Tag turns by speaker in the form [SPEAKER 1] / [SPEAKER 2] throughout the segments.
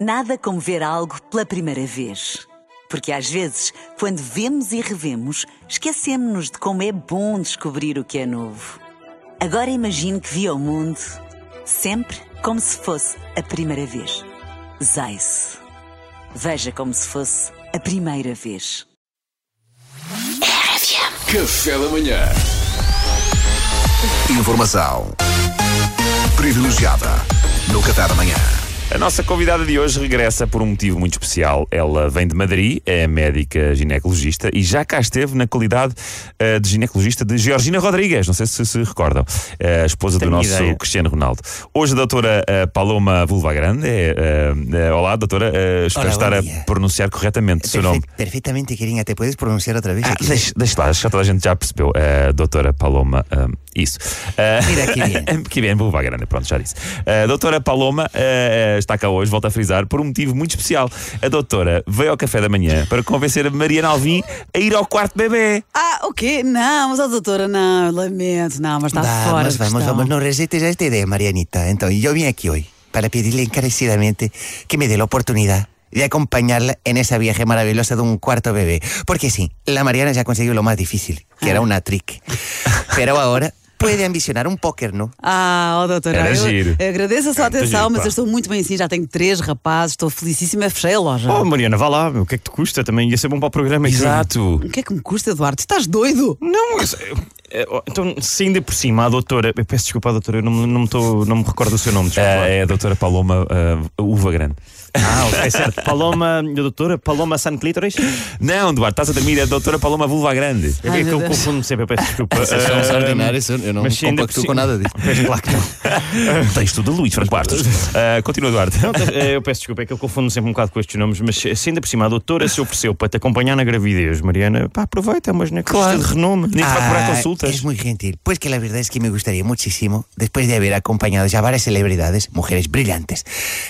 [SPEAKER 1] Nada como ver algo pela primeira vez. Porque às vezes, quando vemos e revemos, esquecemos-nos de como é bom descobrir o que é novo. Agora imagine que viu o mundo sempre como se fosse a primeira vez. Zais. Veja como se fosse a primeira vez.
[SPEAKER 2] Café da Manhã. Informação privilegiada no Café da Manhã.
[SPEAKER 3] A nossa convidada de hoje regressa por um motivo muito especial. Ela vem de Madrid, é médica ginecologista e já cá esteve na qualidade eh, de ginecologista de Georgina Rodrigues, não sei se se recordam, eh, a esposa do nosso Cristiano Ronaldo. Hoje a doutora eh, Paloma Vulvagrande é. eh, eh, olá, doutora, eh, espero
[SPEAKER 4] Olá,
[SPEAKER 3] estar
[SPEAKER 4] bom
[SPEAKER 3] a
[SPEAKER 4] dia.
[SPEAKER 3] pronunciar corretamente o seu
[SPEAKER 4] Perfec-
[SPEAKER 3] nome.
[SPEAKER 4] Perfectamente, querida. ¿Te puedes pronunciar otra vez?
[SPEAKER 3] Ah,
[SPEAKER 4] Aquí.
[SPEAKER 3] deixa, deixa lá, acho que toda a gente já percebeu, eh, doutora Paloma, ahm, isso. Eh,
[SPEAKER 4] Mira, que bem.
[SPEAKER 3] que bem, vou grande, pronto, já disse. Eh, doutora Paloma eh, está cá hoje, volta a frisar, por um motivo muito especial. A doutora veio ao café da manhã para convencer a Mariana Alvim a ir ao quarto bebê.
[SPEAKER 5] Ah, o quê? Não, mas a doutora, não, lamento, não, mas está fora.
[SPEAKER 4] vamos,
[SPEAKER 5] de
[SPEAKER 4] vamos,
[SPEAKER 5] questão.
[SPEAKER 4] vamos. No recetes a este de Marianita. Entonces, yo vine aquí hoy para pedirle encarecidamente que me dé la oportunidad de acompañarla en ese viaje maravilloso de un cuarto bebé. Porque sí, la Mariana ya consiguió lo más difícil, que
[SPEAKER 3] Ah.
[SPEAKER 4] era una trick. Pero ahora puede ambicionar un póker, ¿no?
[SPEAKER 5] Ah, oh, doutora,
[SPEAKER 3] Era
[SPEAKER 5] eu
[SPEAKER 3] giro.
[SPEAKER 5] agradeço a sua
[SPEAKER 3] Era muito
[SPEAKER 5] atenção,
[SPEAKER 3] giro,
[SPEAKER 5] mas
[SPEAKER 3] pá.
[SPEAKER 5] eu estou muito bem assim, já tenho três rapazes, estou felicíssima, fechei a loja.
[SPEAKER 6] Oh, Mariana, vá lá, meu, o que é que te custa? Também ia ser bom para o programa. que
[SPEAKER 3] Exato.
[SPEAKER 5] O que é que me custa, Eduardo? Tu Estás doido?
[SPEAKER 6] sim. Não, mas, eh, eh, oh, então, se ainda por cima a doutora. Eu peço desculpa à doutora, eu não, me- não, me, tô- não me recordo o seu nome. desculpa lá.
[SPEAKER 7] Ah,
[SPEAKER 3] Eh, é a doutora Paloma eh, Uva Grande.
[SPEAKER 6] Ah, ok, certo. Paloma, doutora, Paloma San Clítoris?
[SPEAKER 3] Não, Duarte, estás a dormir, é a doutora Paloma Vulva Grande.
[SPEAKER 6] É
[SPEAKER 5] Ai,
[SPEAKER 6] que
[SPEAKER 5] meu
[SPEAKER 6] eu
[SPEAKER 5] Deus.
[SPEAKER 6] confundo sempre, eu peço desculpa.
[SPEAKER 7] Vocês são
[SPEAKER 6] Ah,
[SPEAKER 7] extraordinários, eu- eu não
[SPEAKER 6] mas se ainda
[SPEAKER 7] compactuo
[SPEAKER 6] por
[SPEAKER 7] com
[SPEAKER 6] cima-
[SPEAKER 7] nada disso.
[SPEAKER 6] Pois, claro que não.
[SPEAKER 3] Texto de Luís Franco Bastos. Eh, continua, Duarte.
[SPEAKER 6] Não, eh, Eu peço desculpa, é que eu confundo sempre um bocado com estes nomes, mas se ainda por cima a doutora se ofereceu para te acompanhar na gravidez, Mariana, pá, aproveita, mas não é claro. de renome. Nem te vai procurar
[SPEAKER 4] Ah,
[SPEAKER 6] consultas.
[SPEAKER 4] Es muy gentil. Pues que la verdad es que me gustaría muchísimo, después de haber acompañado ya varias celebridades, mujeres brillantes,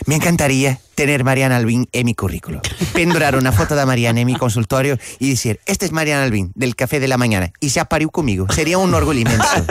[SPEAKER 4] me encantaría tener Mariana Albín en mi currículo. Pendurar una foto de Mariana en mi consultorio y decir, esta es Mariana Albín, del Café de la Mañana, y se aparió conmigo. Sería un orgullo inmenso.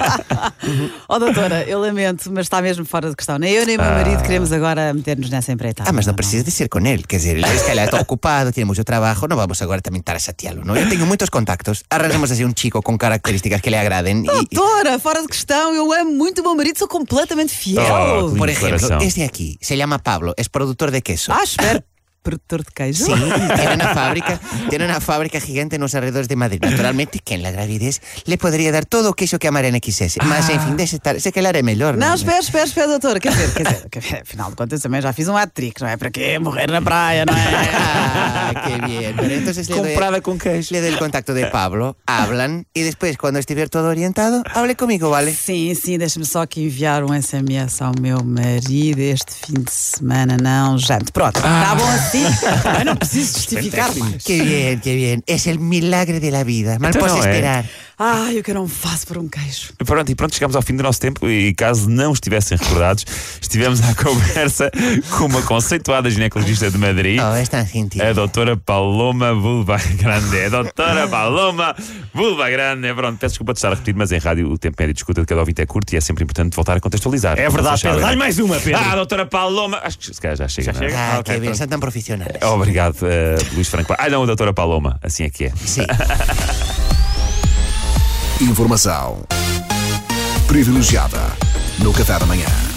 [SPEAKER 5] Oh, doutora, eu lamento, mas está mesmo fora de questão. Nem eu nem meu marido queremos agora meter-nos nessa empreitada.
[SPEAKER 4] Ah, mas no
[SPEAKER 5] não.
[SPEAKER 4] precisas decir con él, que es decir, es que él está ocupado, tiene mucho trabajo, no vamos ahora también tarasatearlo, ¿no? Yo tengo muchos contactos, arranjemos así un chico con características que le agraden y- y...
[SPEAKER 5] Doutora, fora de questão, eu amo muito o meu marido, sou completamente
[SPEAKER 3] Oh,
[SPEAKER 5] fiel.
[SPEAKER 3] que lindo.
[SPEAKER 4] Por ejemplo,
[SPEAKER 3] corazón.
[SPEAKER 4] este de aquí se llama Pablo, es productor de queso.
[SPEAKER 5] Ah, espera, produtor de queijo.
[SPEAKER 4] Sí, tiene una fábrica, tiene una fábrica gigante en los alrededores de Madrid. Naturalmente que en la gravidez le podría dar todo aquello que amar en XS. Más en fin de estar, se que la haré mejor.
[SPEAKER 5] Não, espera, espera, espera, doutora. Quer dizer, quer dizer, quer dizer, afinal de contas também já fiz um hat-trick, não é? Para quê? Morrer na praia, não é?
[SPEAKER 4] Ah, qué bien. Pero entonces le doy,
[SPEAKER 3] com queijo.
[SPEAKER 4] le doy el contacto de Pablo, hablan y después cuando esté todo orientado, hable conmigo, ¿vale?
[SPEAKER 5] Sim, sim, deixa-me só aqui enviar um SMS ao meu marido este fim de semana, não, gente. Pronto, está bom assim? Eu não preciso justificar mais.
[SPEAKER 4] Qué bien, qué bien. Es el milagre de la vida. Mal
[SPEAKER 3] Esto
[SPEAKER 4] puedes
[SPEAKER 3] no, ¿eh?
[SPEAKER 4] esperar.
[SPEAKER 5] Ai, o que eu não faço por um queijo.
[SPEAKER 3] Pronto, e pronto, chegámos ao fim do nosso tempo e caso não estivessem recordados, estivemos à conversa com uma conceituada ginecologista de Madrid,
[SPEAKER 6] Ah.
[SPEAKER 4] Oh, es tan gentil.
[SPEAKER 3] a doutora Paloma Vulva Grande. A doutora Paloma Vulva Grande. Pronto, peço desculpa de estar a repetir, mas em rádio o tempo médio de escuta de cada ouvinte é curto e é sempre importante voltar a contextualizar.
[SPEAKER 6] É verdade, Pedro. Dá-lhe mais uma, Pedro.
[SPEAKER 3] Ah, doutora Paloma. Acho que se calhar já chega. não é?
[SPEAKER 6] chega?
[SPEAKER 4] Ah,
[SPEAKER 6] ok,
[SPEAKER 4] qué bien,
[SPEAKER 6] pronto.
[SPEAKER 4] son tan profesionales.
[SPEAKER 3] Obrigado, eh, Luís Franco. Ah, não, a doutora Paloma. Assim é que é.
[SPEAKER 4] Sí.
[SPEAKER 2] Informação privilegiada no Café da Manhã.